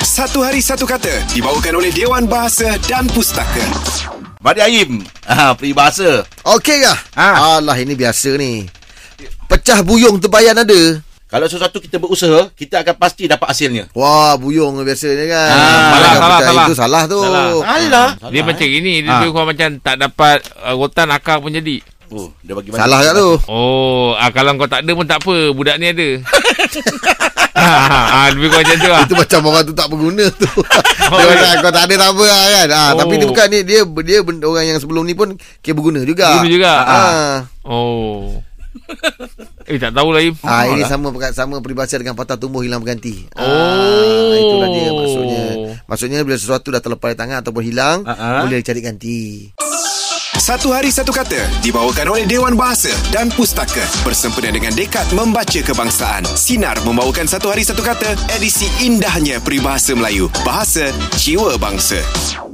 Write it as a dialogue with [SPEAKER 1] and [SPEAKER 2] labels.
[SPEAKER 1] Satu Hari Satu Kata dibawakan oleh Dewan Bahasa dan Pustaka.
[SPEAKER 2] Mari Aim. Ha, peribahasa.
[SPEAKER 3] Okey kah?
[SPEAKER 2] Ha.
[SPEAKER 3] Alah ini biasa ni. Pecah buyung terbayan ada.
[SPEAKER 2] Kalau sesuatu kita berusaha, kita akan pasti dapat hasilnya.
[SPEAKER 3] Wah, buyung biasanya kan.
[SPEAKER 2] Ah,
[SPEAKER 3] Kalau
[SPEAKER 4] Ha, salah,
[SPEAKER 3] pecah
[SPEAKER 4] salah,
[SPEAKER 3] Itu salah tu.
[SPEAKER 4] Salah.
[SPEAKER 2] Alah.
[SPEAKER 4] Dia macam ini Dia
[SPEAKER 2] Ah.
[SPEAKER 4] ha. kau macam Tak dapat uh, Rotan akar pun jadi
[SPEAKER 2] Oh, dia bagi
[SPEAKER 3] Salah ya. kat tu.
[SPEAKER 4] Oh ah, Kalau kau tak ada pun tak apa Budak ni ada ah, ah, Lebih kurang macam tu lah
[SPEAKER 3] Itu macam orang tu tak berguna tu. dia
[SPEAKER 4] Oh,
[SPEAKER 3] macam kau tak ada tak apa lah kan. Ah,
[SPEAKER 4] Oh.
[SPEAKER 3] tapi dia bukan ni dia dia ben- orang yang sebelum ni pun kira berguna juga.
[SPEAKER 4] Berguna juga. Ha.
[SPEAKER 3] Ah.
[SPEAKER 4] Oh Eh tak tahu lah Im
[SPEAKER 3] Ah, ini sama perka- sama peribahasa dengan patah tumbuh hilang berganti. Oh,
[SPEAKER 4] Oh.
[SPEAKER 3] itulah dia maksudnya. Maksudnya bila sesuatu dah terlepas dari tangan ataupun hilang,
[SPEAKER 4] Ha,
[SPEAKER 2] Ah, ah.
[SPEAKER 3] boleh cari ganti.
[SPEAKER 1] Satu Hari Satu Kata dibawakan oleh Dewan Bahasa dan Pustaka bersempena dengan Dekat Membaca Kebangsaan. Sinar membawakan Satu Hari Satu Kata edisi indahnya peribahasa Melayu, bahasa jiwa bangsa.